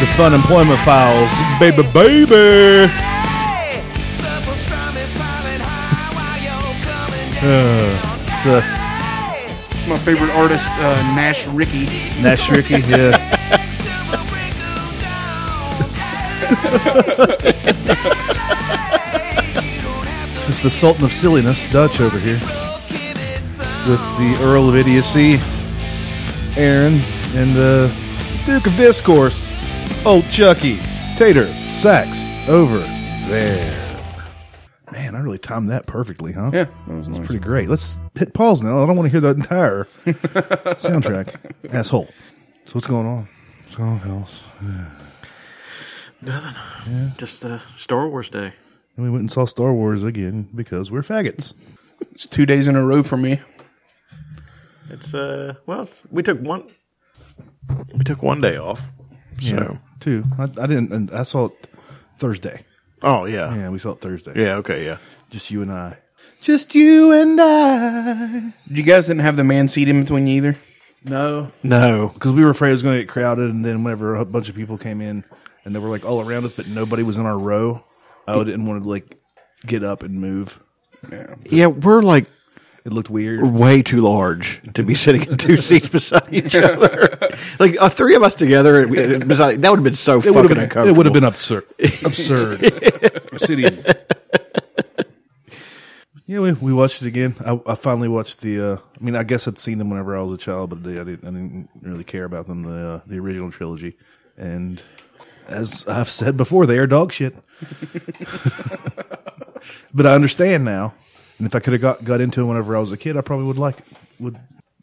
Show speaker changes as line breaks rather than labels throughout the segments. the Fun Employment Files, baby, baby. Uh, it's uh,
My favorite artist, uh, Nash Ricky.
Nash uh, Ricky. Yeah, it's the Sultan of Silliness, Dutch over here, with the Earl of Idiocy, Aaron, and the Duke of Discourse, Old Chucky, Tater, Sax, over there. Man, I really timed that perfectly, huh?
Yeah, that was nice.
Pretty great. Let's hit pause now. I don't want to hear the entire soundtrack. Asshole. So what's going on? What's going on, fellas?
Just uh, Star Wars Day.
And we went and saw Star Wars again because we're faggots.
It's two days in a row for me.
It's uh, well, it's, we took one. We took one day off. So.
Two. I, I didn't. And I saw it Thursday.
Oh yeah.
Yeah, we saw it Thursday.
Yeah, Okay. Yeah.
Just you and I. Just you and
Ah.
I.
You guys didn't have the man seat in between you either?
No,
No.
because we were afraid it was going to get crowded, and then whenever a bunch of people came in, and they were like all around us, but nobody was in our row, I didn't want to like get up and move.
Yeah, we're like
It looked weird.
way too large to be sitting in two seats beside each other. like uh, three of us together we- beside that would have been so
It would
fucking
have been.
uncomfortable.
It would have been absurd. absurd. Obsidian. Yeah, we, we watched it again. I, I finally watched the. Uh, I mean, I guess I'd seen them whenever I was a child, but I didn't. I didn't really care about them. The uh, the original trilogy, and as I've said before, they are dog shit. but I understand now, and if I could have got got into it whenever I was a kid, I probably would like would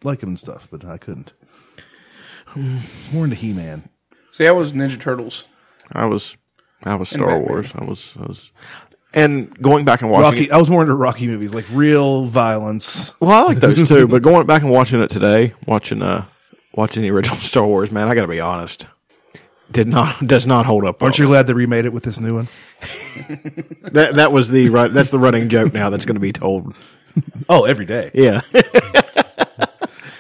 like them and stuff. But I couldn't. More into He Man.
See, I was Ninja Turtles.
I was I was Star
Batman.
Wars. I was I was and going back and watching
Rocky.
it,
I was more into Rocky movies, like real violence.
Well, I like those too, but going back and watching it today, watching uh watching the original Star Wars, man, I got to be honest. Did not does not hold up.
Aren't you glad they remade it with this new one?
That that was the right that's the running joke now that's going to be told.
Oh, every day.
Yeah.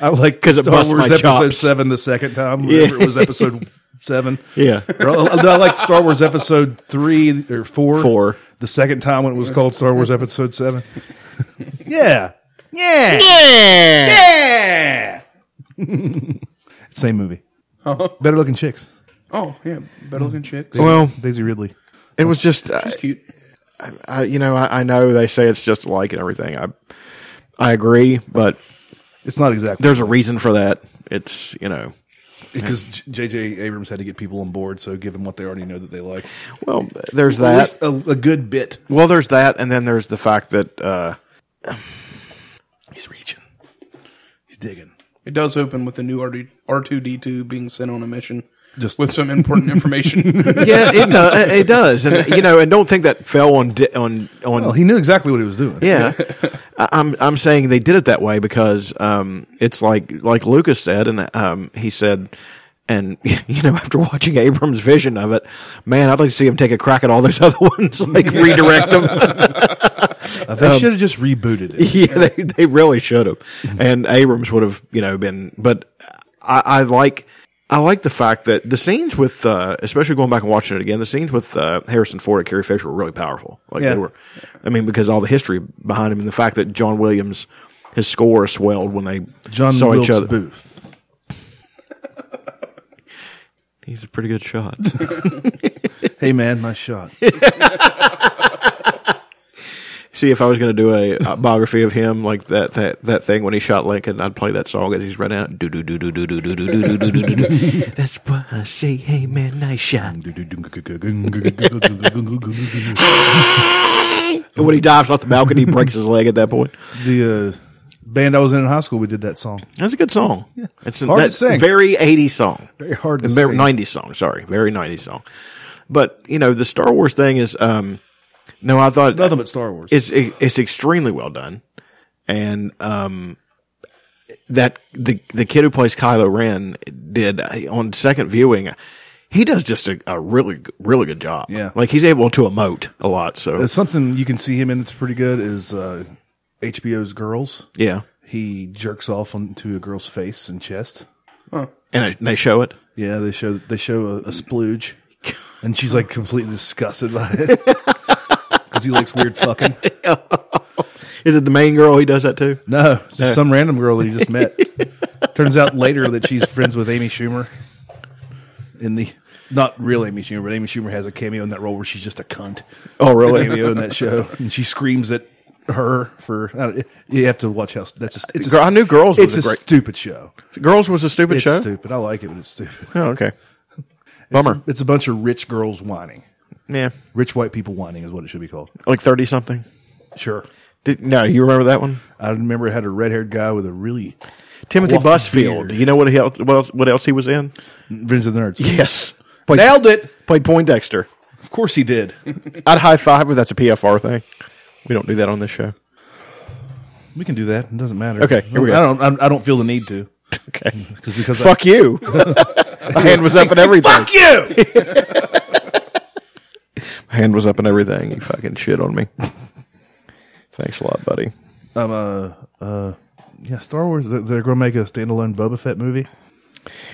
I like
'Cause it
Star
busts
Wars
my
Episode
chops.
Seven the second time. Whatever it was Episode Seven.
Yeah.
Or, uh, no, I like Star Wars Episode Three or Four.
Four.
The second time when it was called Star Wars Episode Seven. yeah. Yeah.
Yeah!
Same movie. Better looking chicks.
Oh, yeah. Better looking chicks.
Well,
Daisy Ridley.
it was just I,
She's cute.
I, you know, I, I know they say it's just alike and everything. I I agree, but
It's not exactly
there's a reason for that. It's, you know,
because J.J. Abrams had to get people on board, so give them what they already know that they like.
well, there's
At
that.
least a, a good bit.
Well, there's that, and then there's the fact that uh,
He's reaching. He's digging.
It does open with the new R2, R2D2 being sent on a mission
Just-
with some important information.
yeah, it does. It does, and you know, and don't think that fell on di- on on.
Well, he knew exactly what he was doing.
yeah, I, I'm I'm saying they did it that way because um, it's like like Lucas said, and um, he said. And you know, after watching Abrams' vision of it, man, I'd like to see him take a crack at all those other ones, like redirect them.
Uh, They
Um,
should have just rebooted it.
yeah, they, they really should have. And Abrams would have, you know, been. But I, I like I like the fact that the scenes with, uh, especially going back and watching it again, the scenes with uh, Harrison Ford and Carrie Fisher were really powerful. Like
Yeah.
they were. I mean, because all the history behind him and the fact that John Williams. His score swelled when they
John
saw
Wilkes
each other.
Booth.
He's a pretty good shot.
Hey man, nice shot.
See, if I was going to do a uh, biography of him, like that that that thing when he shot Lincoln, I'd play that song as he's running out. Do do do do do do do do do do do do do. That's why I say, "Hey man, nice shot."
the
And when he dives off the balcony, he breaks his leg at that point.
uh, band I was in in high school, we did that song.
That's a good song. It's a
Hard to
that's
sing.
very 80s song.
Very hard to
And very
sing.
90s song, sorry. Very 90s song. But, you know, the Star Wars thing is, um, no, I thought
Nothing but Star Wars.
it's, it's extremely well done. And, um, that the, the kid who plays Kylo Ren did uh, on second viewing, he does just a, a really, really good job.
Yeah.
Like he's able to emote a lot. So,
Something you can see him in that's pretty good is uh, HBO's Girls.
yeah.
He jerks off onto a girl's face and chest.
and it- they show it.
Yeah, they show they show a, a splooge, and she's like completely disgusted by it because he likes weird fucking.
Is it the main girl he does that to?
No, it's just some random girl that he just met. Turns out later that she's friends with Amy Schumer. In the not real Amy Schumer, but Amy Schumer has a cameo in that role where she's just a cunt.
Oh, really?
cameo in that show, and she screams at her for. I don't, you have to watch how that's just. It's a,
Girl- I knew Girls
It's
was a
a,
great-
stupid show.
Girls was a stupid
It's
show.
stupid. I like it, but it's stupid.
Oh, okay. Bummer.
It's a bunch of rich girls whining.
yeah,
Rich white people whining is what it should be called.
like thirty something.
Sure.
Did, no, you remember that one?
I remember it had a red haired guy with a really
Timothy
Quaff
Busfield.
beard.
You know what he else, what else what else he was in?
Revenge of the Nerds.
Yes, played,
Nailed it.
played Poindexter.
Of course he did.
I'd high five if that's a PFR thing. We don't do that on this show.
We can do that. It doesn't matter.
Okay, here we go.
I don't. I'm- I don't feel the need to.
Okay,
'cause- because I-
fuck you. My hand was up and everything.
fuck you.
My hand was up and everything. You fucking shit on me. Thanks a lot, buddy.
um. Uh. Uh. Yeah. Star Wars. They're, they're going to make a standalone Boba Fett movie.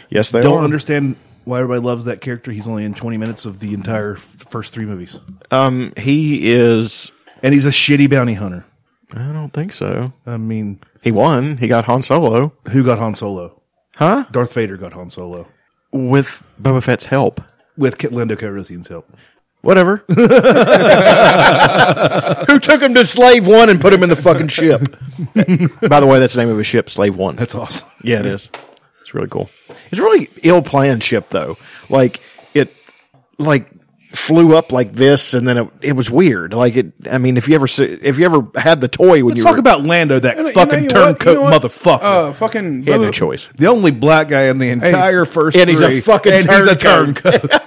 Yes, they
Don't
are.
understand why everybody loves that character. He's only in 20 minutes of the entire f- first three movies,
um, he is.
and he's a shitty bounty hunter.
I don't think so.
I mean,
He won. He got Han Solo.
who got Han Solo?
Huh?
Darth Vader got Han Solo
With Boba Fett's help.
with Kit Lando Calrissian's help.
Whatever. Who took him to Slave One and put him in the fucking ship? By the way, that's the name of a ship, Slave One.
That's awesome.
yeah, it is. It's really cool. It's a really ill planned ship though. Like it, like flew up like this, and then it, it was weird. Like it. I mean, if you ever see, if you ever had the toy when
Let's
you
talk
were,
about Lando, that
You know-
fucking
you know what?
turncoat
You know what?
motherfucker.
Uh, fucking
he had no
Boba-
choice.
the only black guy in the entire first
And he's a
three,
fucking
and he's a
turncoat.
turncoat.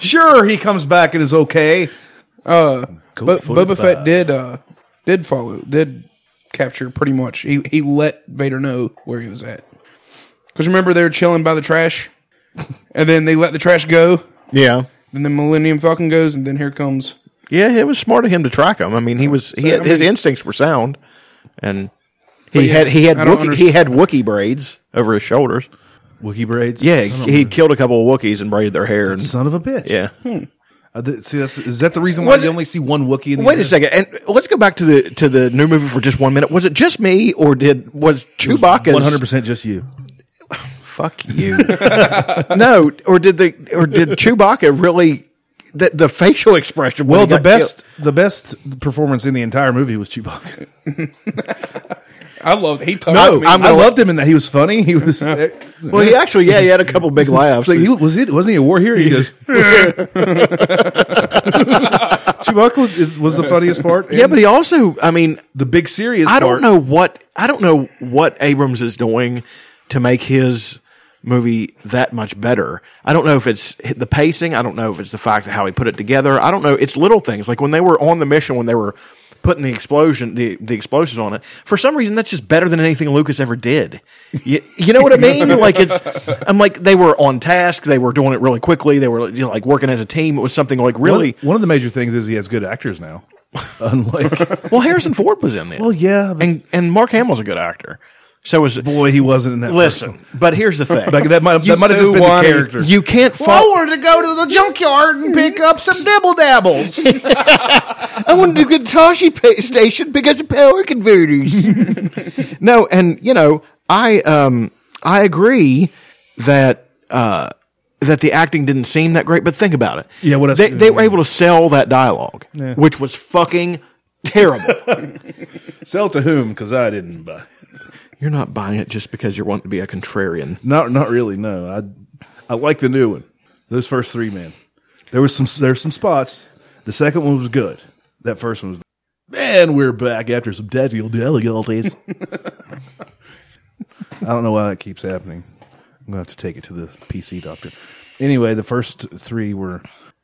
sure, he comes back and is okay.
Uh, but Boba
45.
Fett did uh did follow did capture pretty much. He he let Vader know where he was at. Because remember they were chilling by the trash, and then they let the trash go.
Yeah.
Then the Millennium Falcon goes, and then here comes
Yeah, it was smart of him to track him. I mean, he was he
So,
had,
I mean-
his instincts were sound, and he
yeah,
had he had
I don't
Wookie, he had Wookie braids over his shoulders.
Wookie braids.
Yeah,
I don't
he killed a couple of Wookiees and braided their hair. And,
Son of a bitch.
yeah.
I did- see, that's, is that the reason why
Was
you
it-
only see one Wookie? In the
Wait a
year?
second, and let's go back to the to the new movie for just one minute. Was it just me, or did was Chewbacca
One hundred percent, just you.
Fuck you. no, or did the or did Chewbacca really? The, the facial expression. when
Well,
he
the
got killed-
best, the best performance in the entire movie was Chewbacca. Oh,
I love he talked
No,
to me.
I'm
I
gonna-
loved him in that he was funny. He was. like,
Well, he actually, yeah, he had a couple big laughs.
he, was it? Wasn't he a war hero? He goes. Chewbacca was, is, was the funniest part.
yeah,
and
but he also, I mean,
the big serious.
I don't
part-
know what I don't know what Abrams is doing to make his movie that much better. I don't know if it's the pacing. I don't know if it's the fact of how he put it together. I don't know. It's little things like when they were on the mission when they were putting the explosion the the explosives on it. For some reason, that's just better than anything Lucas ever did. You, you know what I mean? like it's I'm like they were on task. They were doing it really quickly. They were you know, like working as a team. It was something like really.
One, one of the major things is he has good actors now. Unlike
Well, Harrison Ford was in there.
well, yeah, but
and and Mark Hamill's a good actor. So was
boy, he wasn't in that. First
Listen, but here's the thing.
one. Like, that might
You
that might have
so
just been
wanted-
the character.
you can't follow.
to go to the junkyard and pick up some dibble dabbles.
I wanted to get Tashi pa- station because of power converters. no, and you know, I um I agree that uh that the acting didn't seem that great, but think about it.
Yeah, what else-
they, they were able to sell that dialogue, which was fucking terrible.
Sell to whom? Because I didn't buy.
you're not buying it just because you want to be a contrarian.
Not not really. No, I I like the new one. Those first three, man. There was some there's some spots. The second one was good. That first one was. Man, we're back after some technical difficulties. I don't know why that keeps happening. I'm gonna have to take it to the PC doctor. Anyway, the first three were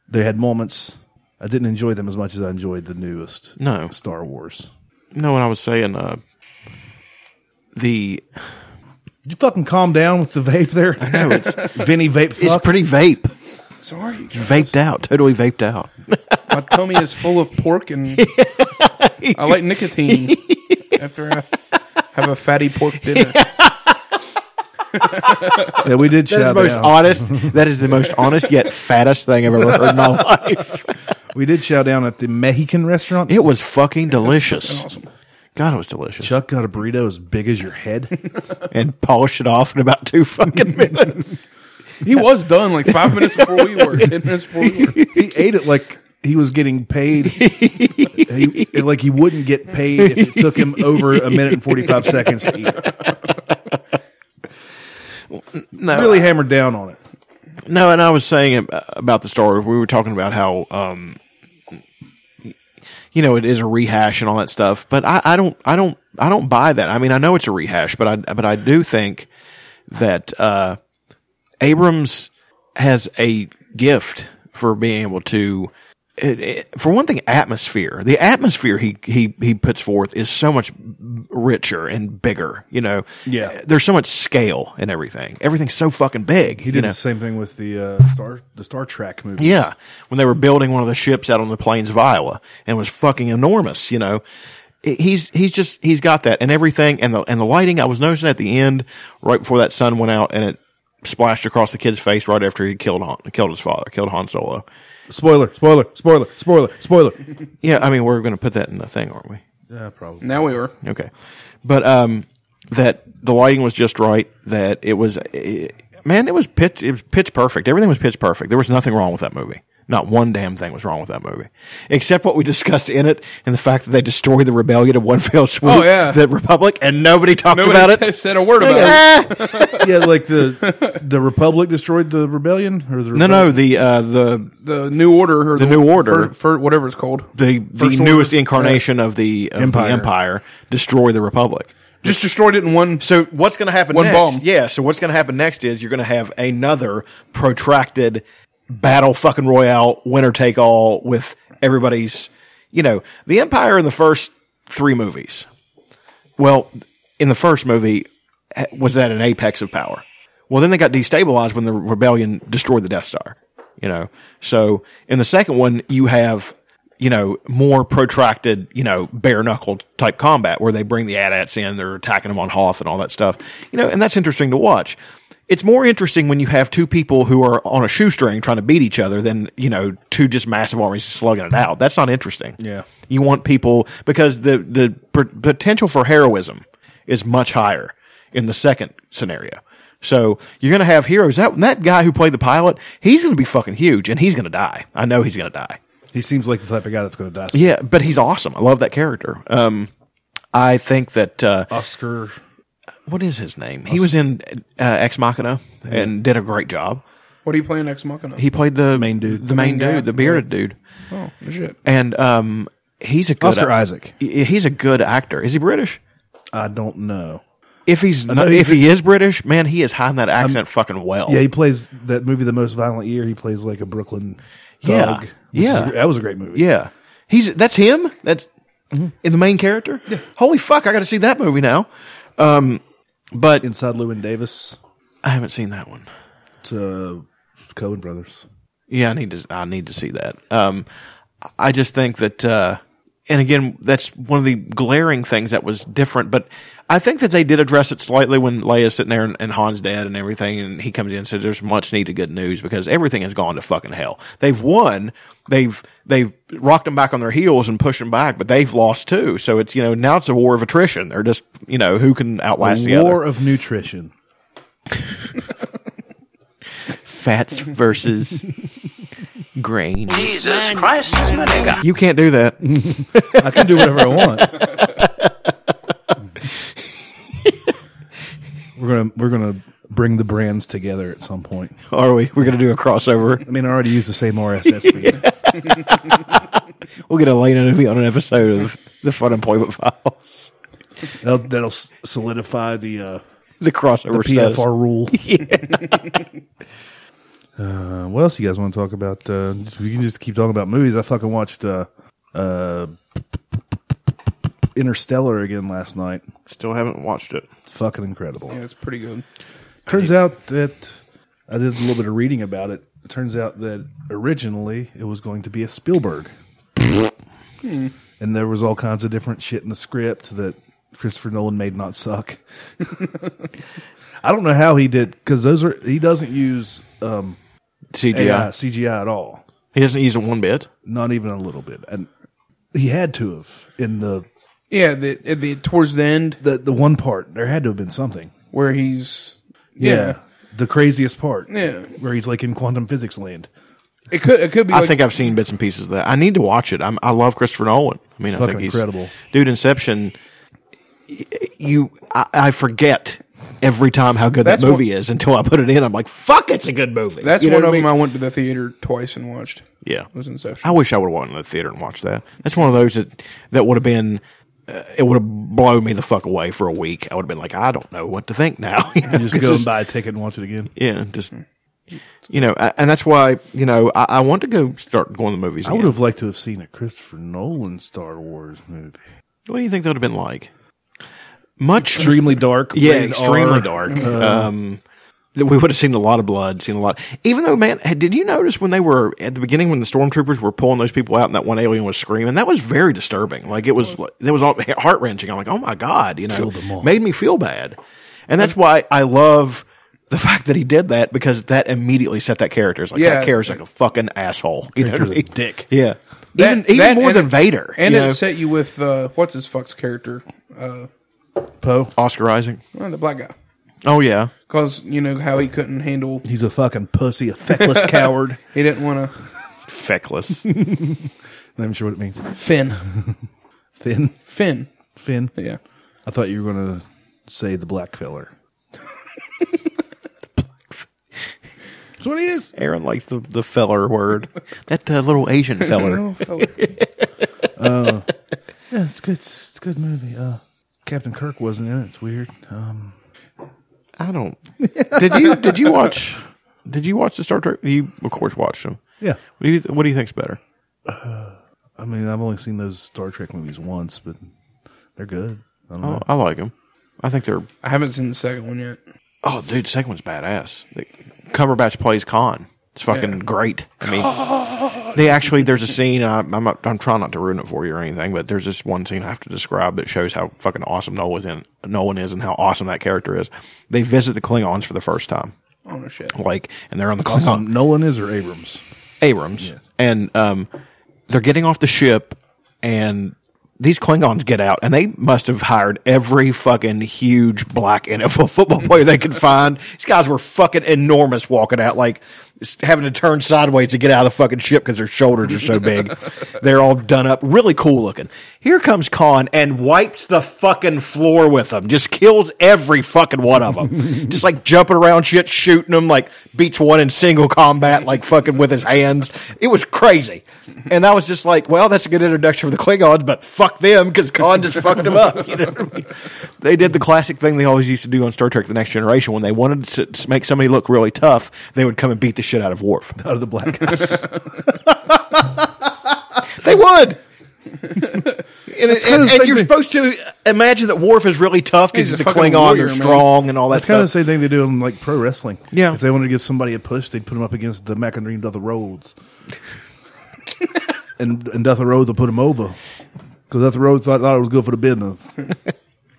they had moments. I didn't enjoy them as much as I enjoyed the newest
No.
Star Wars.
No, what I was saying, uh, the
You fucking calm down with the vape there. I know it's Vinny vape. Fuck.
it's pretty vape.
Sorry,
vaped out, totally vaped out.
my tummy is full of pork, and I like nicotine. After I have a fatty pork dinner,
Yeah, we did
That is the
shout
most
out.
honest. That is the most honest yet fattest thing I've ever heard in my life.
We did chow down at the Mexican restaurant.
It was fucking delicious.
Awesome.
God, it was delicious.
Chuck got a burrito as big as your head.
And polished it off in about two fucking minutes.
He was done like five minutes before we were. Ten minutes before we were.
he ate it like he was getting paid. he, like he wouldn't get paid if it took him over a minute and 45 seconds to eat it.
No,
Really hammered down on it.
No, and I was saying ab- uh, about the Star Wars, we were talking about how, um, you know, it is a rehash and all that stuff. But I, I don't, I don't, I don't buy that. I mean, I know it's a rehash, but I, but I do think that uh, Abrams has a gift for being able to. It, it, for one thing, atmosphere. The atmosphere he, he, he puts forth is so much richer and bigger. You know,
Yeah.
There's so much scale in everything. Everything's so fucking big.
He
you
did
know?
the same thing with the uh, Star the Star Trek movie.
Yeah, when they were building one of the ships out on the plains of Iowa, and it was fucking enormous. You know, It- he's he's just he's got that and everything, and the and the lighting. I was noticing at the end, right before that sun went out, and it splashed across the kid's face right after he killed Han, killed his father, killed Han Solo.
Spoiler, spoiler, spoiler, spoiler, spoiler.
Yeah, I mean we're going to put that in the thing, aren't we?
yeah, probably.
Now we were.
Okay, but um, that the lighting was just right. That it was, eh, man, it was pitch. It was pitch perfect. Everything was pitch perfect. There was nothing wrong with that movie. Not one damn thing was wrong with that movie, except what we discussed in it, and the fact that they destroyed the rebellion in one fell swoop.
Oh, yeah.
the Republic, and nobody talked
Nobody
about it.
said a word about it.
Ah!
yeah, like the the Republic destroyed the rebellion or the
No, no, the uh, the
The new order or the,
New Order.
for, whatever it's called.
the, the
First Order.
newest incarnation of the of
Empire.
the Empire destroy the Republic.
Just destroyed it in one.
So what's going to happen
One
next?
bomb.
Yeah. So what's going to happen next is you're going to have another protracted battle fucking royale, winner take all with everybody's, you know, the empire in the first three movies. Well, in the first movie eh, was that an apex of power? Well, then they got destabilized when the rebellion destroyed the Death Star, you know. So in the second one, you have you know, more protracted, you know, bare knuckled type combat where they bring the AT-ATs in, they're attacking them on Hoth and all that stuff, you know, and that's interesting to watch. It's more interesting when you have two people who are on a shoestring trying to beat each other than, you know, two just massive armies slugging it out. That's not interesting.
Yeah.
You want people because the, the p- potential for heroism is much higher in the second scenario. So you're going to have heroes. That, that guy who played the pilot, he's going to be fucking huge and he's going to die. I know he's going to die.
He seems like the type of guy that's going to die.
Yeah, but he's awesome. I love that character. Um, I think that uh,
Oscar.
what is his name? He was in uh, Ex Machina and did a great job.
What are you playing next Machina?
He played the
Main dude.
the main,
Main guy.
dude, the bearded dude,
oh shit!
and um, he's a good
Oscar
ac-
Isaac.
he- He's a good actor. Is he British?
I don't know.
If he's not,
he's Um,
if he is British, man, he is hiding that accent fucking well.
Yeah, he plays that movie, The Most Violent Year. He plays like a Brooklyn
Yeah.
thug. which is-
Yeah.
that was a great movie.
Yeah. He's that's him. That's
Mm-hmm.
in the main character. Holy fuck! I got to see that movie now. Um, but
Inside Lewin Davis
I haven't seen that one.
to Cohen Brothers.
Yeah, I need to. I need to see that. Um, I just think that, uh, and again, that's one of the glaring things that was different. But I think that they did address it slightly when Leia's sitting there and, and Han's dead and everything, and he comes in and says, "There's much needed good news because everything has gone to fucking hell. They've won. They've they've rocked them back on their heels and pushed them back, but they've lost too. So it's you know now it's a war of attrition. They're just you know who can outlast the
War
other.
of Nutrition.
Fats versus grain.
Jesus Christ, nigga.
You can't do that.
I can do whatever I want. we're gonna we're gonna bring the brands together at some point.
Are we? We're gonna do a crossover.
I mean, I already use the same RSS feed.
We'll get Elena to be on an episode of the Fun Employment Files,
That'll, that'll s- solidify the uh,
the crossover
PFR
stuff.
rule. uh, what else you guys want to talk about? Uh, just- we can just keep talking about movies. I fucking watched uh, uh, Interstellar again last night.
Still haven't watched it.
It's fucking incredible.
Yeah, it's pretty good.
Turns out that I did a little bit of reading about it. It turns out that originally it was going to be a
Hmm.
Spielberg. and there was all kinds of different shit in the script that Christopher Nolan made not suck. I don't know how he did because those are he doesn't use um,
CGI.
AI, CGI at all,
He doesn't use it one bit.
not even a little bit, and he had to have in the
Yeah, the, at the towards the end
the the one part there had to have been something.
where he's yeah,
the craziest part.
Yeah.
where he's like in quantum physics land.
it could it could be. Like,
I think I've seen bits and pieces of that. I need to watch it. I'm, I love Christopher Nolan. I mean, I
fucking
think he's
incredible.
Dude, Inception. y- You, I, I forget every time how good
That's
that movie is until I put it in. I'm like, fuck, it's a good movie.
that's
You know
one
what
of
I mean?
them I went to the theater twice and watched.
Yeah,
was Inception.
I wish I would have went to the theater and watched that. That's one of those that that would have been. Uh, it would have blown me the fuck away for a week. I would have been like, I don't know what to think now. You know,
Just
'cause
go
it's-
and buy a ticket and watch it again.
yeah, just you know, I, and that's why you know I, I want to go start going to the movies.
I would
again.
have liked to have seen a Christopher Nolan Star Wars movie.
What do you think that would have been like? Much
Extremely dark.
yeah,
rated
extremely
R.
dark.
Uh-huh.
Um, that we would have seen a lot of blood, seen a lot. Even though, man, had- did you notice when they were at the beginning when the stormtroopers were pulling those people out and that one alien was screaming? That was very disturbing. Like it was, like, that was all heart wrenching. I'm like, oh my god, you know,
Killed them all.
made me feel bad, and that's why I love. The fact that he did that because that immediately set that character. It's like
Yeah.
that character's like a fucking asshole. You know what I
Character's a
mean?
dick.
Yeah.
That-
even even
that
more
and
than
it-
Vader.
and
you
it
know?
set you with uh, what's his fuck's character, uh,
Poe.
Oscar Isaac.
well, the black guy,
Oh yeah.
because you know how he couldn't handle,
He's a fucking pussy, a feckless coward.
he didn't want to
Feckless.
Not even sure what it means.
Finn,
Thin,
Finn,
Finn.
yeah,
I thought you were gonna say the black feller. That's what he is.
Aaron likes the, the feller word. That uh, little Asian feller.
Oh, fella.
Yeah, it's good. It's a good movie. Uh, Captain Kirk wasn't in it. It's weird. Um,
I don't. Did you did you watch? Did you watch the Star Trek? You of course watched them.
yeah.
What do you What do you think's better?
I mean, I've only seen those Star Trek movies once, but they're good. I don't
Oh,
know.
I like them. I think they're.
I haven't seen the second one yet.
Oh, dude, the second one's badass. The- Cumberbatch plays Khan. It's fucking
Yeah.
great. I mean, they actually there's a scene. I, I'm not, I'm trying not to ruin it for you or anything, but there's this one scene I have to describe that shows how fucking awesome Nolan is, Nolan is and how awesome that character is. They visit the Klingons for the first time,
Oh no shit.
like, and they're on the Klingon.
Awesome. Nolan is or Abrams?
Abrams, and um, they're getting off the ship, and these Klingons get out, and they must have hired every fucking huge black NFL football player they could find. These guys were fucking enormous walking out, like s- having to turn sideways to get out of the fucking ship because their shoulders are so big. they're all done up, really cool looking. Here comes Khan and wipes the fucking floor with them, just kills every fucking one of them, just like jumping around shit, shooting them, like beats one in single combat, like fucking with his hands. It was crazy. And that was just like, well, that's a good introduction for the Klingons, but fuck them because Khan just fucked them up. You know what I mean? They did the classic thing they always used to do on Star Trek The Next Generation. When they wanted to s- make somebody look really tough, they would come and beat the shit out of Worf.
Out of the black house.
They would! and
That's
and,
kinda the
and
same thing.
you're supposed to imagine that Worf is really tough because
He's
he's
a
a
fucking
Klingon,
warrior,
they're
man.
strong and all that
That's kind of the
stuff.
same thing they do in like pro wrestling.
Yeah.
If they wanted to give somebody a push, they'd put them up against the McInerney Dother Rhodes. and and Dother Rhodes will put them over. Because Dother Rhodes thought, thought it was good for the business.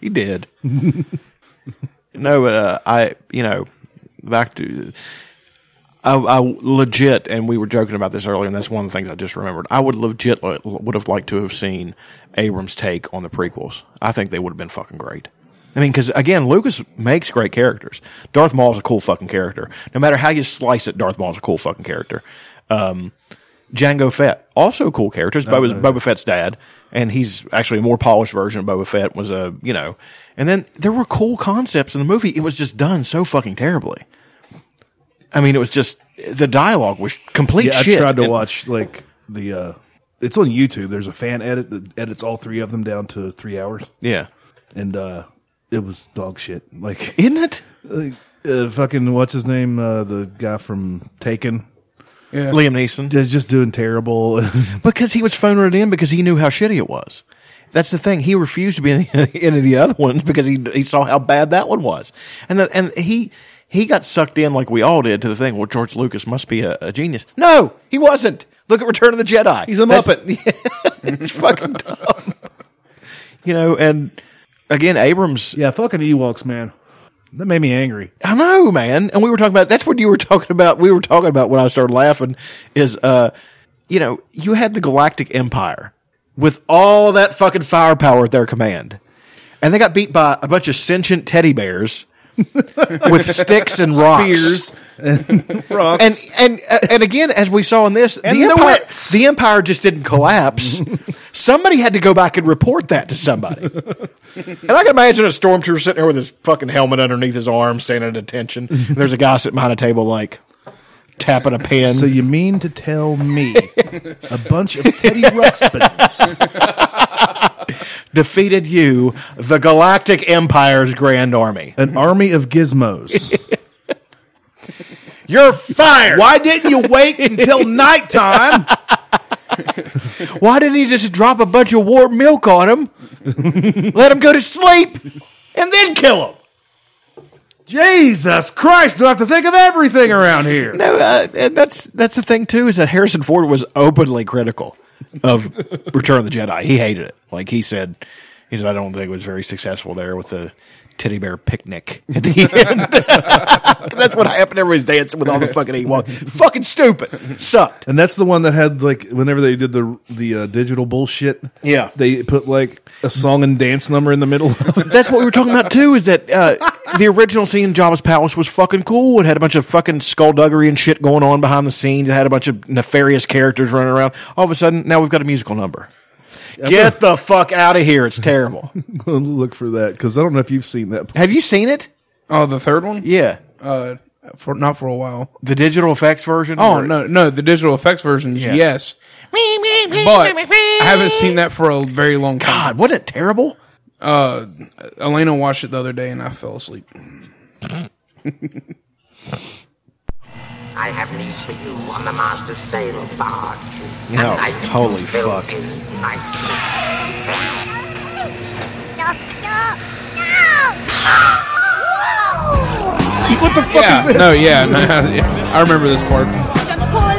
He did. no, but uh, I, you know, back to. I, I legit, and we were joking about this earlier, and that's one of the things I just remembered. I would legit li- would have liked to have seen Abrams' take on the prequels. I think they would have been fucking great. I mean, because again, Lucas makes great characters. Darth Maul's a cool fucking character. No matter how you slice it, Darth Maul's a cool fucking character. Um, Django Fett, also a cool character. It's
Oh,
Boba, Boba Fett's dad, and he's actually a more polished version of Boba Fett. Was a you know, and then there were cool concepts in the movie. It was just done so fucking terribly. I mean, it was just the dialogue was complete
Yeah, I
shit.
tried to
And-
watch like the. uh It's on YouTube. There's a fan edit that edits all three of them down to three hours.
Yeah,
And uh it was dog shit. Like,
isn't it
like, uh, fucking, what's his name? Uh, the guy from Taken.
Yeah,
Liam Neeson?
Just just doing terrible.
Because he was phoning it in because he knew how shitty it was. That's the thing. He refused to be in any of the other ones because he he saw how bad that one was, and the, and he he got sucked in like we all did to the thing. Well, George Lucas must be a, a genius. No, he wasn't. Look at Return of the Jedi.
He's a
That's-
Muppet.
it's fucking dumb. You know, and again, Abrams.
Yeah, fucking Ewoks, man. That made me angry.
I know, man. And we were talking about that's what you were talking about. We were talking about when I started laughing is, uh, you know, you had the Galactic Empire with all that fucking firepower at their command, and they got beat by a bunch of sentient teddy bears with sticks and rocks.
Spears.
Rocks.
And and uh, and again, as we saw in this,
And
the,
the
empire,
wits.
the empire just didn't collapse. somebody had to go back and report that to somebody. and I can imagine a stormtrooper sitting there with his fucking helmet underneath his arm, standing at attention. And there's a guy sitting behind a table, like tapping a pen.
so you mean to tell me a bunch of Teddy Ruxpins
defeated you, the Galactic Empire's Grand Army.
an army of gizmos.
You're fired.
Why didn't you wait until nighttime?
Why didn't he just drop a bunch of warm milk on him, let him go to sleep, and then kill him?
Jesus Christ, do I have to think of everything around here?
No, uh, and that's that's the thing too is that Harrison Ford was openly critical of Return of the Jedi. He hated it. Like he said, he said I don't think it was very successful there with the teddy bear picnic at the end. that's what happened. Everybody's dancing with all the fucking Ewok. fucking stupid. Sucked.
And that's the one that had like whenever they did the the uh, digital bullshit.
Yeah.
they put like a song and dance number in the middle. of it.
That's what we were talking about too. Is that uh, the original scene in Jabba's palace was fucking cool. It had a bunch of fucking skullduggery and shit going on behind the scenes. It had a bunch of nefarious characters running around. All of a sudden, now we've got a musical number. Get the fuck out of here! It's terrible.
I'm gonna Look for that because I don't know if you've seen that.
Have you seen it?
Oh, the third one?
Yeah,
Uh, for not for a while.
the digital effects version.
Oh
Or-
no, no, the digital effects version.
Yeah.
Yes, but I haven't seen that for a very long time.
God, wasn't it terrible?
Uh, Elena watched it the other day and I fell asleep.
I have news for you on the master's sail barge.
No,
And I think
holy
you'll fill
fuck.
in Nicely.
No, no, no!
What the fuck
Yeah, no, yeah, no, yeah, I remember this part.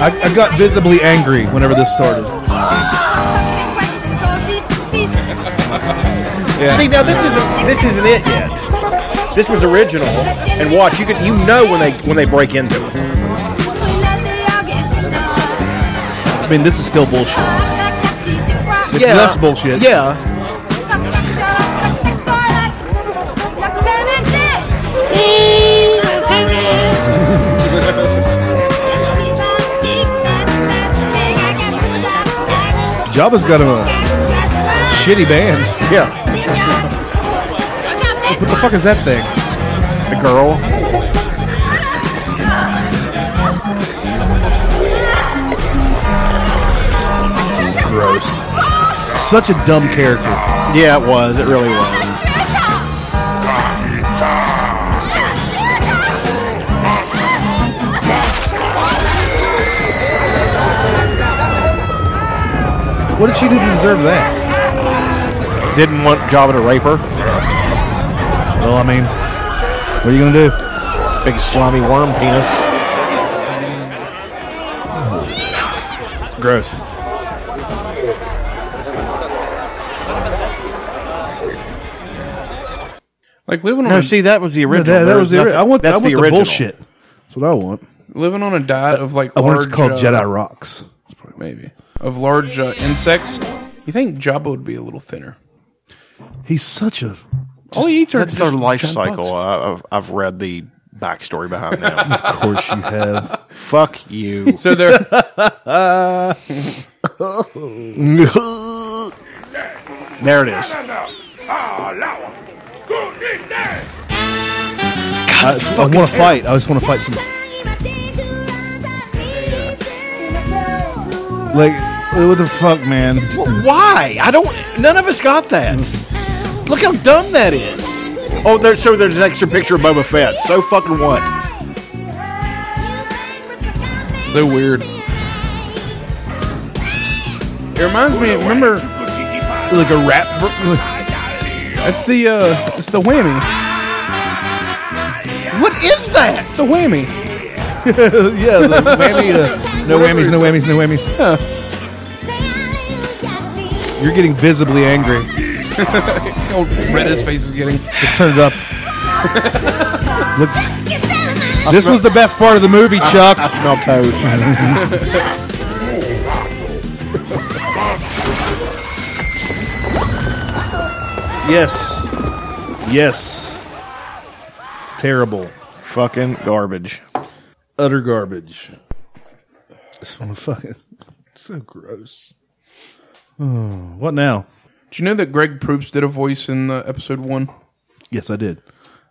I, I got visibly angry whenever this started.
See, now this isn't this isn't it yet. This was original. And watch, you can you know when they when they break into it.
I mean, this is still bullshit. It's
Yeah.
less bullshit.
Yeah,
Jabba's got a shitty band.
yeah.
What the fuck is that thing?
The girl.
Gross. Such a dumb character.
Yeah, it was. It really was.
What did she do to deserve that?
didn't want Jabba to rape her.
Well, I mean, what are you gonna do?
Big slimy worm penis.
Gross.
Like living on
No,
a,
see, that was the original.
that, that
There
was the.
nothing-
I want.
that's
I want
the
the,
original.
bullshit. That's what I want.
living on a diet of like
I
large
want it's called
uh,
Jedi Rocks.
maybe of large uh, insects. You think Jabba would be a little thinner?
He's such a.
All he eats are
That's their
just
life
giant
cycle.
bugs.
I, I've, I've read the backstory behind that.
Of course you have.
Fuck you.
So they're
There it is.
I, I want to fight. I just want to fight some. Like, uh, what the fuck, man?
Wh- Why? I don't. None of us got that. Look how dumb that is. Oh, there, so there's an extra picture of Boba Fett. So fucking what?
so weird. It reminds me. Remember,
Like a rap. ver-
it's the uh, it's the whammy.
What is that?
It's the whammy.
yeah, the whammy. Uh, no whammies. No whammies. No whammies. You're getting visibly angry.
How red his face is getting.
Just turn it up.
You're selling my
This was the best part of the movie, Chuck.
I smell toast.
Yes. Yes. Terrible.
Fucking garbage.
Utter garbage. This one fucking so gross. Oh, what now?
Do you know that Greg Proops did a voice in uh, episode one?
Yes, I did.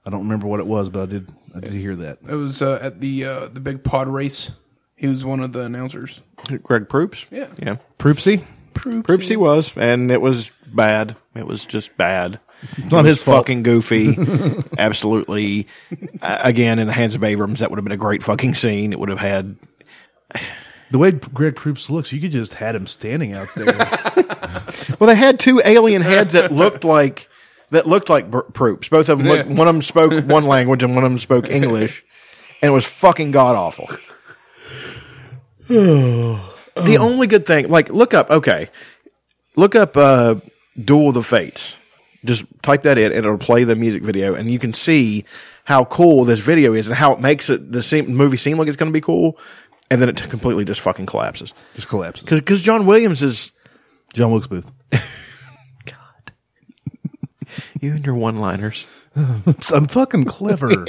I don't remember what it was, but I did. I did hear that.
It was uh, at the uh, the big pod race. He was one of the announcers.
Greg Proops?
Yeah.
Yeah.
Proopsy.
Proops he was, and it was bad. It was just bad. It's
not his fault.
fucking goofy. Absolutely. Uh, again, in the hands of Abrams, that would have been a great fucking scene. It would have had
The way Greg Proops looks, you could just had him standing out there.
Well, they had two alien heads that looked like that looked like br- Proops. Both of them, looked,
Yeah.
one of them spoke one language and one of them spoke English, and it was fucking god awful. the only good thing, like, look up. Okay, look up uh, "Duel of the Fates." Just type that in, and it'll play the music video, and you can see how cool this video is and how it makes it the seem, movie seem like it's going to be cool, and then it completely just fucking collapses.
just collapses.
Because John Williams is
John Wilkes Booth.
you and your one liners.
I'm fucking clever.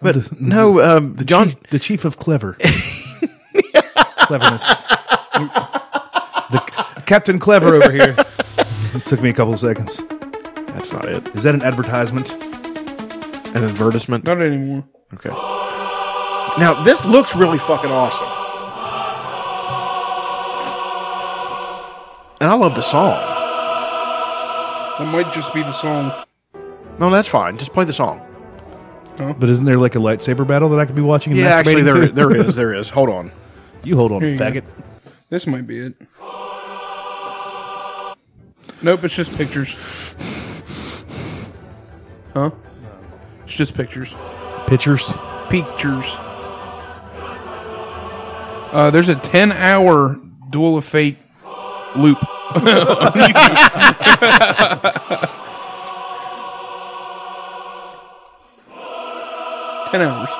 But no, um, John.
Chief- the chief of clever. Cleverness. The Captain Clever over here. It took me a couple of seconds.
That's not it.
Is that an advertisement?
An advertisement.
Not anymore.
Okay. Now this looks really fucking awesome, and I love the song.
That might just be the song.
No, that's fine. Just play the song.
But isn't there like a lightsaber battle that I could be watching? And
Yeah, actually,
masturbating
there
to?
there is there is. Hold on.
you hold on,
Here you go.
faggot.
This might be it. Nope, it's just pictures. Huh? It's just pictures.
Pictures.
Pictures. Uh, there's a 10 hour Duel of Fate loop. Ten hours.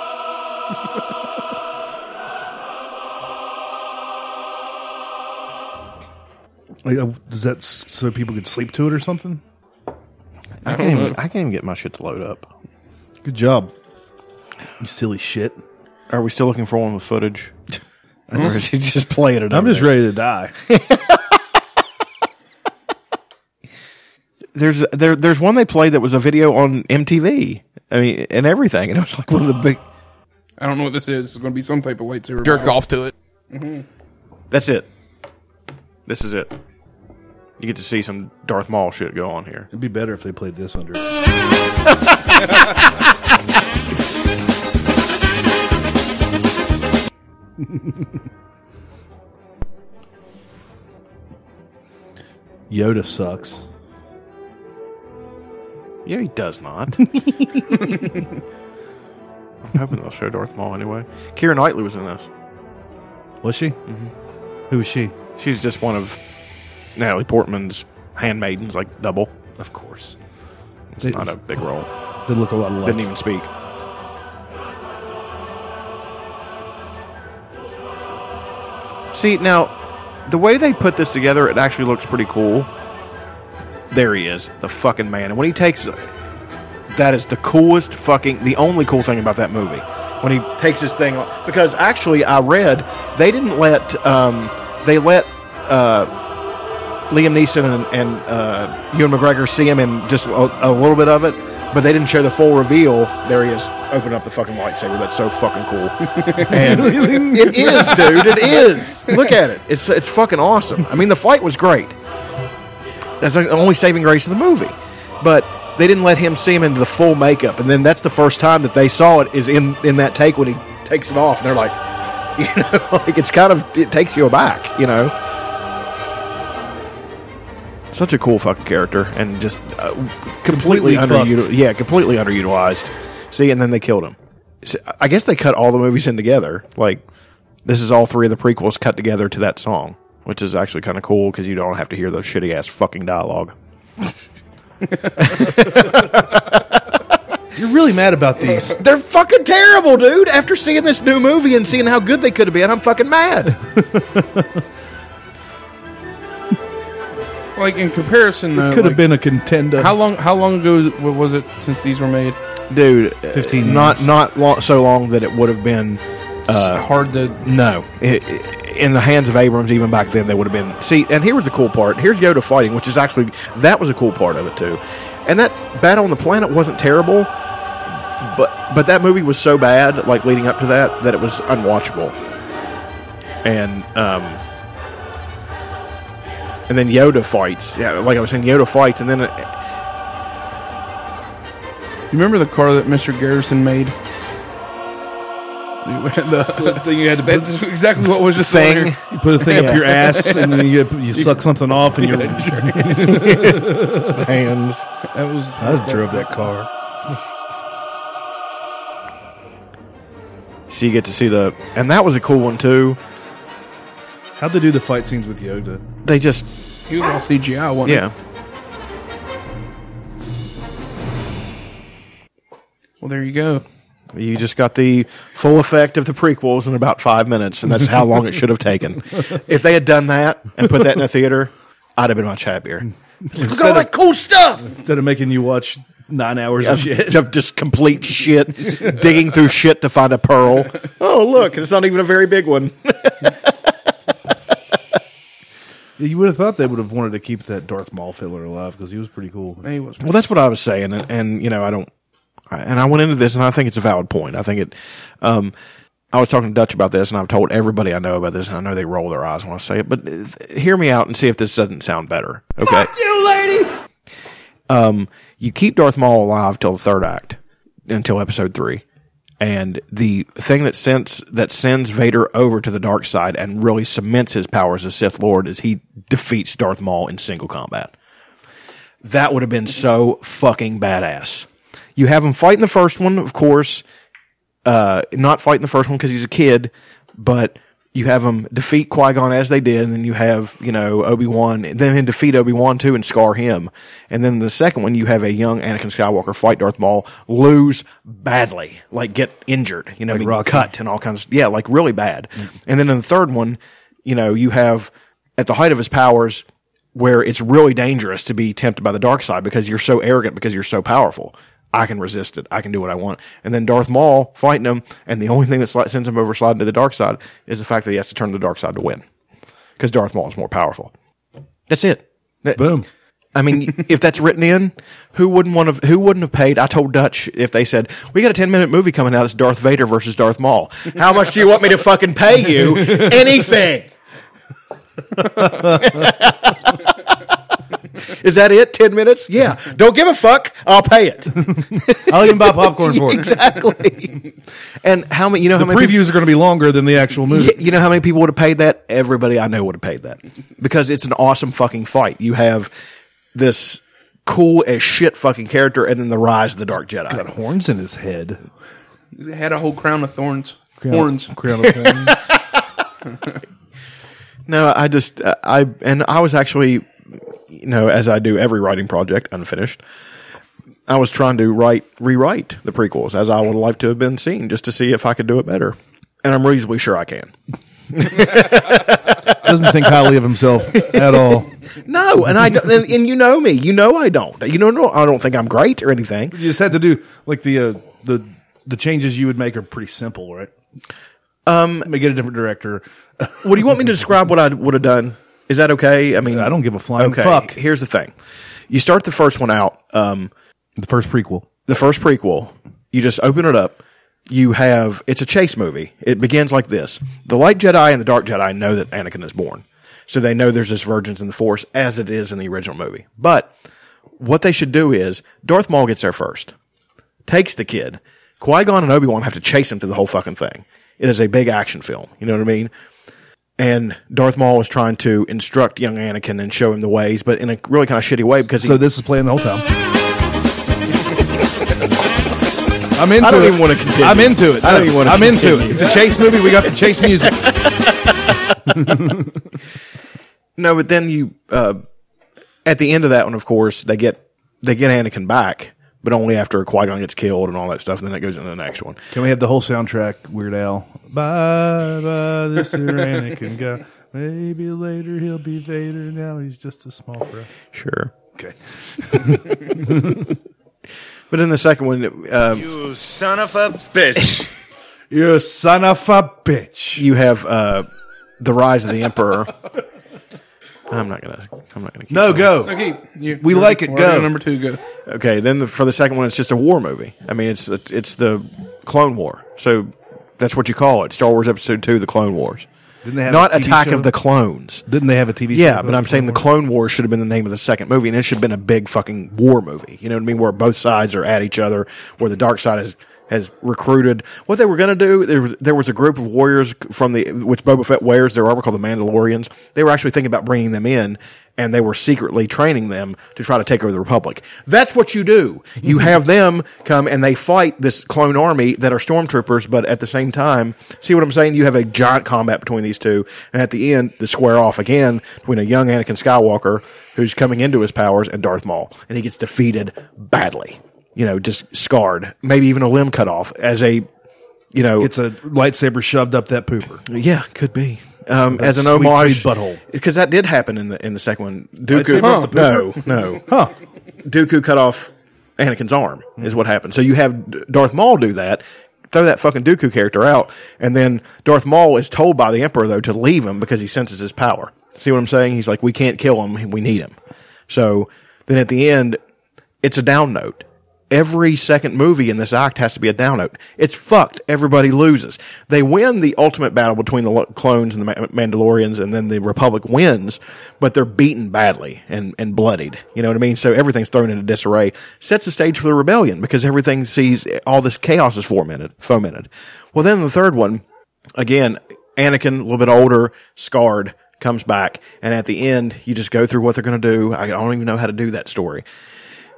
Like, uh, Is that s- so people could sleep to it or something?
I can't even I can't even get my shit to load up.
Good job. You silly shit.
Are we still looking for one with footage? or is he just playing it?
I'm
over
just
there?
ready to die.
There's there there's one they played that was a video on MTV. I mean, and everything, and it was like one of the big.
I don't know what this is. It's going to be some type of lightsaber. Jerk off to it.
That's it. This is it. You get to see some Darth Maul shit go on here.
It'd be better if they played this under. Yoda sucks.
Yeah, he does not. I'm hoping they'll show Darth Maul anyway. Kira Knightley was in this.
Was she?
Mm-hmm.
Who was she?
She's just one of Natalie Portman's handmaidens, like double.
Of course.
It's
They-
not a big role.
They look a lot alike.
Didn't even speak. See now, the way they put this together, it actually looks pretty cool. There he is, the fucking man. And when he takes, that is the coolest fucking, the only cool thing about that movie. When he takes his thing, off- because actually I read they didn't let, um, they let uh, Liam Neeson and, and uh, Ewan McGregor see him in just a, a little bit of it, but they didn't show the full reveal. There he is, opening up the fucking lightsaber. That's so fucking cool. And it is, dude. It is. Look at it. It's it's fucking awesome. I mean, the fight was great. That's the only saving grace of the movie. But they didn't let him see him in the full makeup, and then that's the first time that they saw it is in in that take when he takes it off, and they're like, you know, like it's kind of it takes you aback, you know such a cool fucking character and just uh, completely,
Completely
underutilized.
fucked.
Yeah, completely underutilized. See, and then they killed him. S- I guess they cut all the movies in together. Like this is all three of the prequels cut together to that song. which is actually kind of cool because you don't have to hear those shitty ass fucking dialogue.
You're really mad about these.
They're fucking terrible, dude. After seeing this new movie and seeing how good they could have been, I'm fucking mad.
Like in comparison, though,
Could have
like,
been a contender.
How long? How long ago wa- was it since these were made?
dude.
15 years.
Not not long, so long that it would have been.
it's hard to.
No, It- in the hands of Abrams, even back then, they would have been. See, and here was the cool part. Here's Yoda fighting, which is actually that was a cool part of it too. And that battle on the planet wasn't terrible, but but that movie was so bad, like leading up to that, that it was unwatchable. And um, and then Yoda fights. Yeah, like I was saying, Yoda fights, and then it,
You remember the car that Mr. Garrison made? The,
thing you had to put,
that's exactly what was just on
thing.
here.
you put a thing up your ass and then you, you suck something off and you're. I
Hands.
That was
drove that car.
So you get to see the, and that was a cool one too.
How'd they do the fight scenes with Yoda?
They just
he was all CGI. Wasn't
yeah.
He? Well, there you go.
You just got the full effect of the prequels in about five minutes, and that's how long it should have taken. If they had done that and put that in a theater, I'd have been much happier. Look at all that cool stuff!
Instead of making you watch nine hours of
Of,
shit.
of just complete shit, digging through shit to find a pearl. Oh, look, it's not even a very big one.
You would have thought they would have wanted to keep that Darth Maul filler alive because he was pretty cool.
He was.
Well, that's what I was saying, and, and you know, I don't. I- And I went into this, and I think it's a valid point. I think it. Um, I was talking to Dutch about this, and I've told everybody I know about this, and I know they roll their eyes when I say it, but uh, hear me out and see if this doesn't sound better. Okay. Fuck you, lady. Um, you keep Darth Maul alive till the third act, until episode three, and the thing that sends that sends Vader over to the dark side and really cements his powers as Sith Lord is he defeats Darth Maul in single combat that would have been so fucking badass. You have him fighting the first one, of course, uh, not fighting the first one because he's a kid, but you have him defeat Qui Gon as they did, and then you have you know Obi Wan, then him defeat Obi Wan too and scar him, and then the second one you have a young Anakin Skywalker fight Darth Maul, lose badly, like get injured, you know, be
Rocky.
cut and all kinds, yeah, like really bad, and then in the third one, you know, you have at the height of his powers where it's really dangerous to be tempted by the dark side because you're so arrogant because you're so powerful. I can resist it. I can do what I want. And then Darth Maul fighting him, and the only thing that sli- sends him over sliding to the dark side is the fact that he has to turn to the dark side to win because Darth Maul is more powerful. That's it. That-
Boom.
I mean, if that's written in, who wouldn't want to? Who wouldn't have paid? I told Dutch if they said we got a ten minute movie coming out, it's Darth Vader versus Darth Maul. How much do you want me to fucking pay you? Anything? Is that it? Ten minutes? Yeah. Don't give a fuck. I'll pay it.
I'll even buy popcorn for it.
exactly. And how many? You know
The
how many people-
previews are going to be longer than the actual movie.
Y- You know how many people would have paid that? Everybody I know would have paid that because it's an awesome fucking fight. You have this cool as shit fucking character, and then the rise of the Dark Jedi.
Got horns in his head.
It had a whole crown of thorns. Horns.
Crown of thorns.
No, I just uh, I and I was actually, you know, as I do every writing project, unfinished. I was trying to write rewrite the prequels as I would like to have been seen, just to see if I could do it better. And I'm reasonably sure I can.
Doesn't think highly of himself at all.
No, and I don't, and, and you know me, you know I don't. You know, no, I don't think I'm great or anything.
You just had to do like the uh, the the changes you would make are pretty simple, right? Um, get a different director.
What do you want me to describe what I would have done? Is that okay? I mean,
I don't give a flying fuck.
Here's the thing: you start the first one out, um,
The first prequel.
the first prequel. You just open it up. You have it's a chase movie. It begins like this: the light Jedi and the dark Jedi know that Anakin is born, so they know there's this virgins in the Force as it is in the original movie. But what they should do is Darth Maul gets there first, takes the kid. Qui Gon and Obi Wan have to chase him through the whole fucking thing. It is a big action film. You know what I mean? And Darth Maul is trying to instruct young Anakin and show him the ways, but in a really kind of shitty way because he,
So this is playing the whole time. I'm into
I don't
it.
even wanna continue.
I'm into it.
I don't even wanna
I'm into
continue.
it. It's a chase movie. We got the chase music.
No, but then you uh, at the end of that one, of course, they get they get Anakin back, but only after Qui Gon gets killed and all that stuff. And then it goes into the next one.
Can we have the whole soundtrack, Weird Al? Bye, bye, this is Anakin guy. Maybe later he'll be Vader. Now he's just a small fry.
Sure.
Okay.
But in the second one, uh,
You son of a bitch.
You son of a bitch.
you have uh, the rise of the Emperor. I'm not gonna. I'm not gonna. Keep
No, go.
Okay, you-
We
you're-
like it,
we're already
go.
on Number two, go.
Okay, then the, for the second one, it's just a war movie. I mean, it's the, it's the Clone War, so that's what you call it. Star Wars Episode Two: The Clone Wars,
Didn't they have
not
a TV
Attack
show?
of the Clones.
Didn't they have a TV show?
Yeah, but I'm saying the
clone.
Clone War should have been the name of the second movie, and it should have been a big fucking war movie. You know what I mean? Where both sides are at each other, where the dark side has has recruited. What they were going to do, there was, there was a group of warriors from the which Boba Fett wears their armor called the Mandalorians. They were actually thinking about bringing them in, and they were secretly training them to try to take over the Republic. That's what you do. You have them come and they fight this clone army that are stormtroopers, but at the same time, see what I'm saying? You have a giant combat between these two, and at the end, the square off again between a young Anakin Skywalker who's coming into his powers and Darth Maul, and he gets defeated badly. You know, just scarred, maybe even a limb cut off as a, you know,
It's a lightsaber shoved up that pooper.
yeah, could be. Um, as an
sweet,
homage,
sweet butthole.
because that did happen in the in the second one.
say
Dooku,
about the
no, no,
Huh.
Dooku cut off Anakin's arm is what happened. So you have D- Darth Maul do that, throw that fucking Dooku character out, and then Darth Maul is told by the Emperor though to leave him because he senses his power. See what I'm saying? He's like, we can't kill him, we need him. So then at the end, it's a down note. Every second movie in this act has to be a down note. It's fucked. Everybody loses. They win the ultimate battle between the lo- clones and the Ma- Mandalorians, and then the Republic wins, but they're beaten badly and, and bloodied. You know what I mean? So everything's thrown into disarray. Sets the stage for the rebellion because everything sees all this chaos is fomented. fomented. Well, then the third one, again, Anakin, a little bit older, scarred, comes back, and at the end, you just go through what they're going to do. I don't even know how to do that story.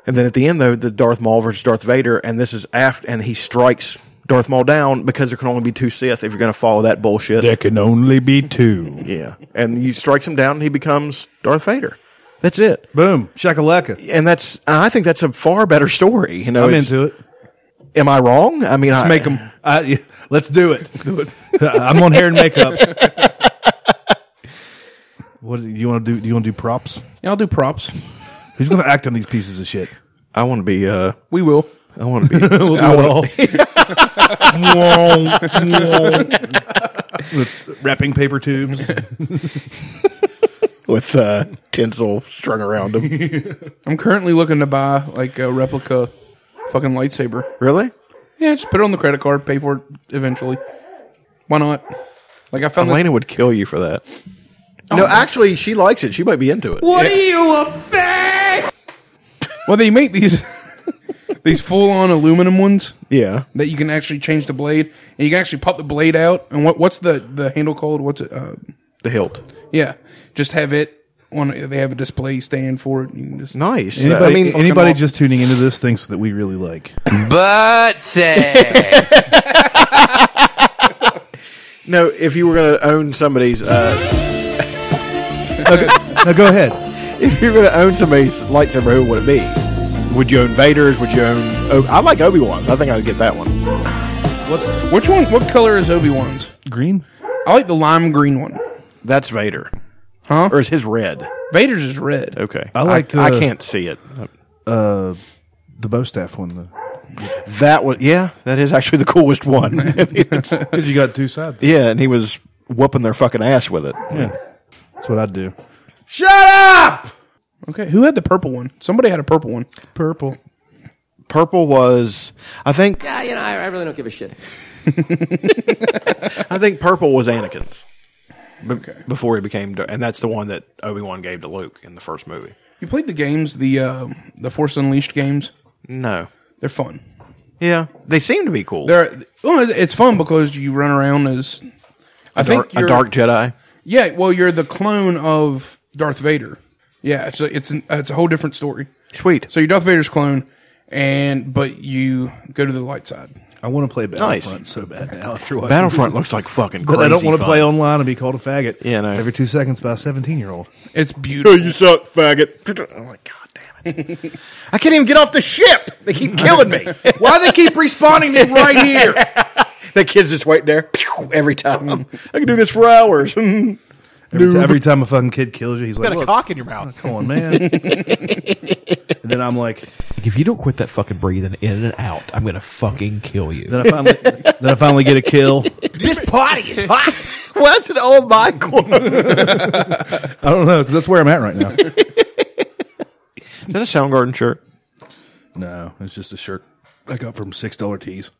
And then at the end, though, the Darth Maul versus Darth Vader, and this is after, and he strikes Darth Maul down because there can only be two Sith if you're going to follow that bullshit.
There can only be two.
Yeah. And you strikes him down, and he becomes Darth Vader. That's it.
Boom. Shakalaka.
And that's, and I think that's a far better story. You know,
I'm
it's-
into it.
Am I wrong? I mean, I,
Make them. Oh, I, yeah, let's do it. Let's do it. I'm on hair and makeup. what do you want to do? Do you want to do props?
Yeah, I'll do props.
Who's going to act on these pieces of shit?
I want to be, uh,
We will.
I want to be,
We'll do
I
it
wanna-
all. Wong, wong. With wrapping paper tubes.
with, uh, tinsel strung around him.
I'm currently looking to buy like a replica fucking lightsaber.
really?
Yeah, just put it on the credit card, pay for it eventually. Why not? Like I found this.
Elena would kill you for that.
Oh
no, actually, she likes it. She might be into it.
What are you a fag? Well, they make these these full on aluminum ones
Yeah.
that you can actually change the blade, and you can actually pop the blade out. And what what's the the handle called? What's it? Uh,
The hilt.
yeah, just have it on. They have a display stand for it. and You can just
Nice.
Anybody,
I mean,
anybody
off.
just tuning into this thinks that we really like.
But say.
No, if you were going to own somebody's, uh,
now go ahead.
if you were going to own somebody's lightsaber, who would it be? Would you own Vader's? Would you own? O- I like Obi Wan's. I think I would get that one.
What's
Which one? What color is Obi Wan's?
green?
I like the lime green one.
That's Vader,
Huh?
or is his red?
Vader's is red.
Okay,
I like
I,
the-
can't see it.
Uh, the bow staff one though,
That was yeah. That is actually the coolest one. It's-
because you got two sides.
yeah, and he was whooping their fucking ass with it.
Yeah, that's what I do.
Okay, who had the purple one? Somebody had a purple one.
Purple.
Purple was, I think,
Yeah, you know, I, I really don't give a shit.
I think purple was Anakin's
Okay.
before he became, and that's the one that Obi Wan gave to Luke in the first movie.
You played the games, the uh, the Force Unleashed games.
No,
They're fun.
yeah, they seem to be cool.
They're well, it's fun because you run around as I think
a
you're-
dark Jedi.
Yeah, well, you're the clone of Darth Vader. Yeah, it's a, it's an, it's a whole different story.
Sweet.
So you're Darth Vader's clone, and but you go to the light side.
I want to play Battlefront
Nice.
so bad now after watching
Battlefront looks like fucking
But
crazy.
I don't want to
fun.
play online and be called a faggot.
Yeah, no.
every two seconds by a seventeen-year-old.
It's beautiful.
Oh, you suck, faggot. I'm like, God damn it. I can't even get off the ship. They keep killing me.
Why they keep responding to right here?
that kid's just waiting there pew, every time. Mm. I can do this for hours. Got
Every, ti- every time a fucking kid kills you, he's like,
a
"Look,
cock in your mouth.
come on, man." and then I'm like,
If you don't quit that fucking breathing in and out, I'm gonna fucking kill you.
then I finally, then I finally get a kill.
This party is hot.
Well, that's an old Mike quote. Is
I don't know because that's where I'm at right now.
that a Soundgarden shirt?
no, it's just a shirt I got from six dollar tees.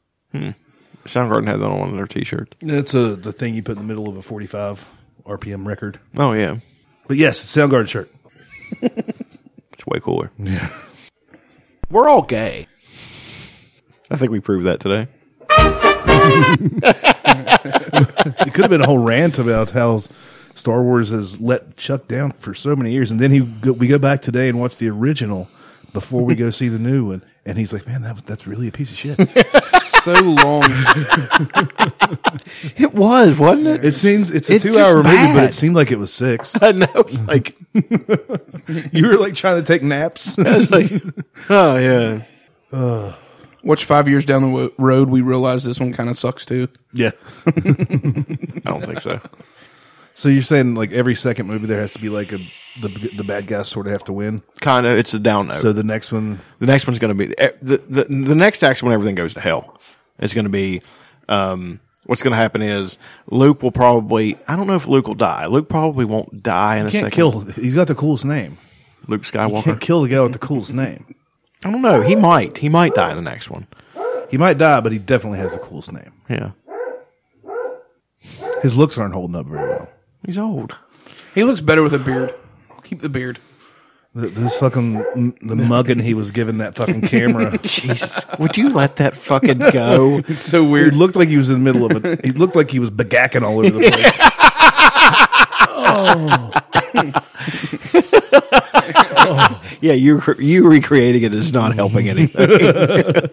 Soundgarden had that on one of their T-shirts.
That's a the thing you put in the middle of a 45 RPM record.
Oh yeah,
But yes, it's Soundgarden shirt.
it's way cooler. Yeah, we're all gay. I think we proved that today.
It could have been a whole rant about how Star Wars has let shut down for so many years, and then he go, we go back today and watch the original before we go see the new one, and he's like, "Man, that was, that's really a piece of shit."
so long.
It was, wasn't it?
it seems it's a
It's just
two-hour movie, but
bad.
it seemed like it was six.
I know. It's like,
you were like trying to take naps.
oh yeah.
Watch five years down the wo- road, we realize this one kind of sucks too.
yeah.
I don't think so.
So you're saying like every second movie there has to be like a the the bad guys sort of have to win.
Kind of. It's a down note.
So the next one,
The next one's going to be eh, the, the the next act's when everything goes to hell. It's going to be um, what's going to happen is Luke will probably I don't know if Luke will die. Luke probably won't die in a
can't
second.
kill. He's got the coolest name.
Luke
Can't
Skywalker.
kill the guy with the coolest name.
I don't know. He might. He might die in the next one.
He might die, but he definitely has the coolest name.
Yeah,
His looks aren't holding up very well.
he's old.
He looks better with a beard. Keep the beard.
Th- This fucking the mugging he was given that fucking camera.
Jesus, would you let that fucking go?
It's so
He
weird.
looked like he was in the middle of it. He looked like he was begacking all over the place.
yeah, you cr- you recreating it is not helping anything.
I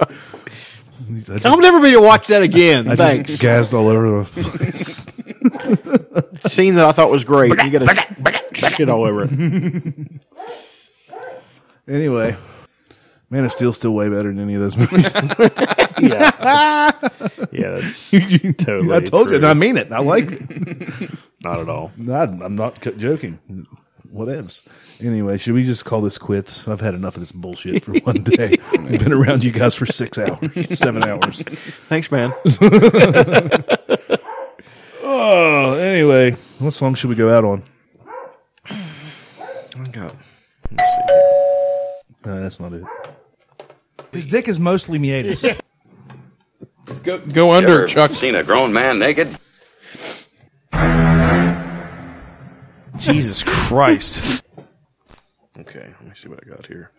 just,
I'll never be able to watch that again.
I just
Thanks.
gassed all over the.
Scene that I thought was great. You got to shit all over it.
Anyway, Man of Steel's still way better than any of those movies.
Yeah. That's, yeah, that's totally.
I told you,
true.
and I mean it. I like it.
Not at all.
Not, I'm not c- joking. Whatevs. Anyway, should we just call this quits? I've had enough of this bullshit for one day. I've been around you guys for six hours, seven hours.
Thanks, man.
Oh, anyway, what song should we go out on? No, Uh, that's not it.
His dick is mostly meatus.
Go, go under, Chuck.
Seen a grown man naked?
Jesus Christ. okay, let me see what I got here.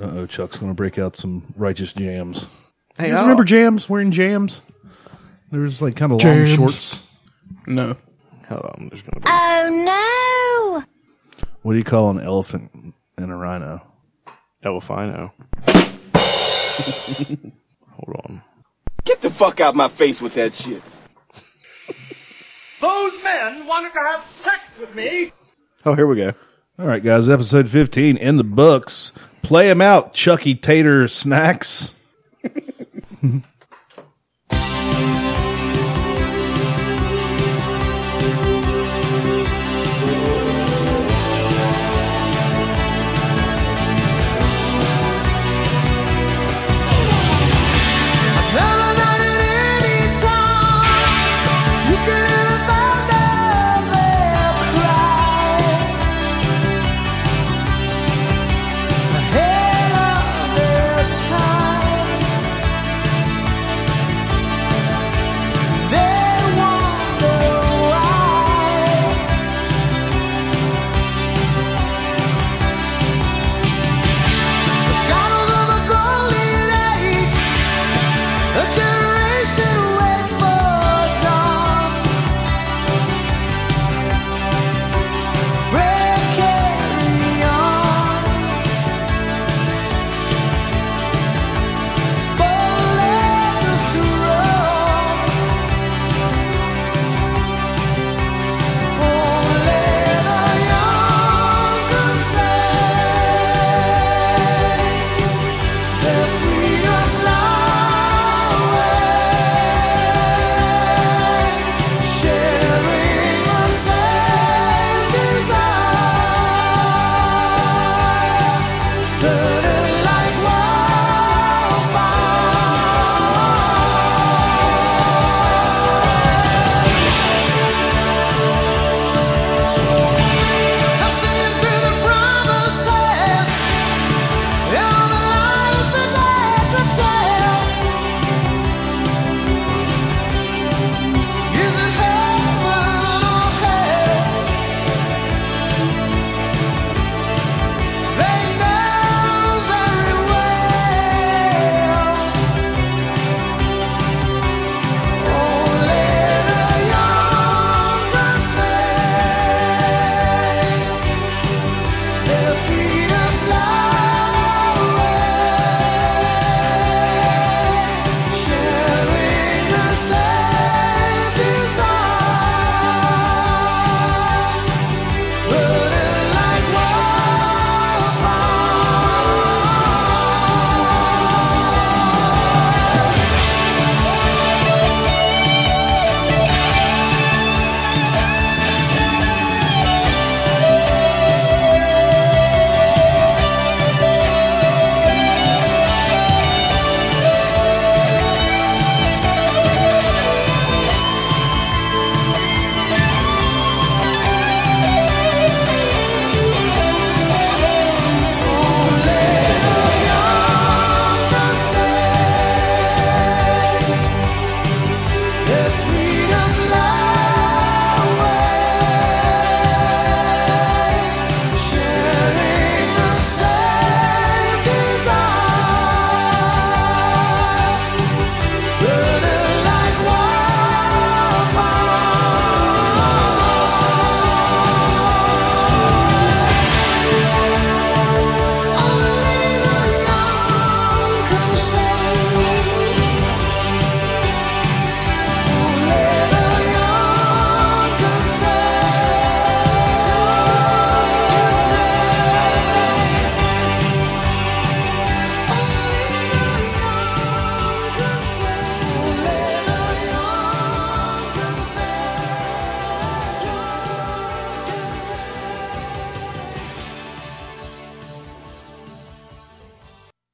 Uh oh, Chuck's gonna break out some righteous jams.
Hey,
You
oh.
guys remember jams? Wearing jams? There was like kind of long
Jams.
shorts.
No.
Hold on, there's gonna be.
Oh no!
What do you call an elephant and a rhino?
Elefino. Hold on.
Get the fuck out my face with that shit.
Oh, here we go.
All right, guys, episode 15 in the books. Play 'em out, Chucky Tater Snacks.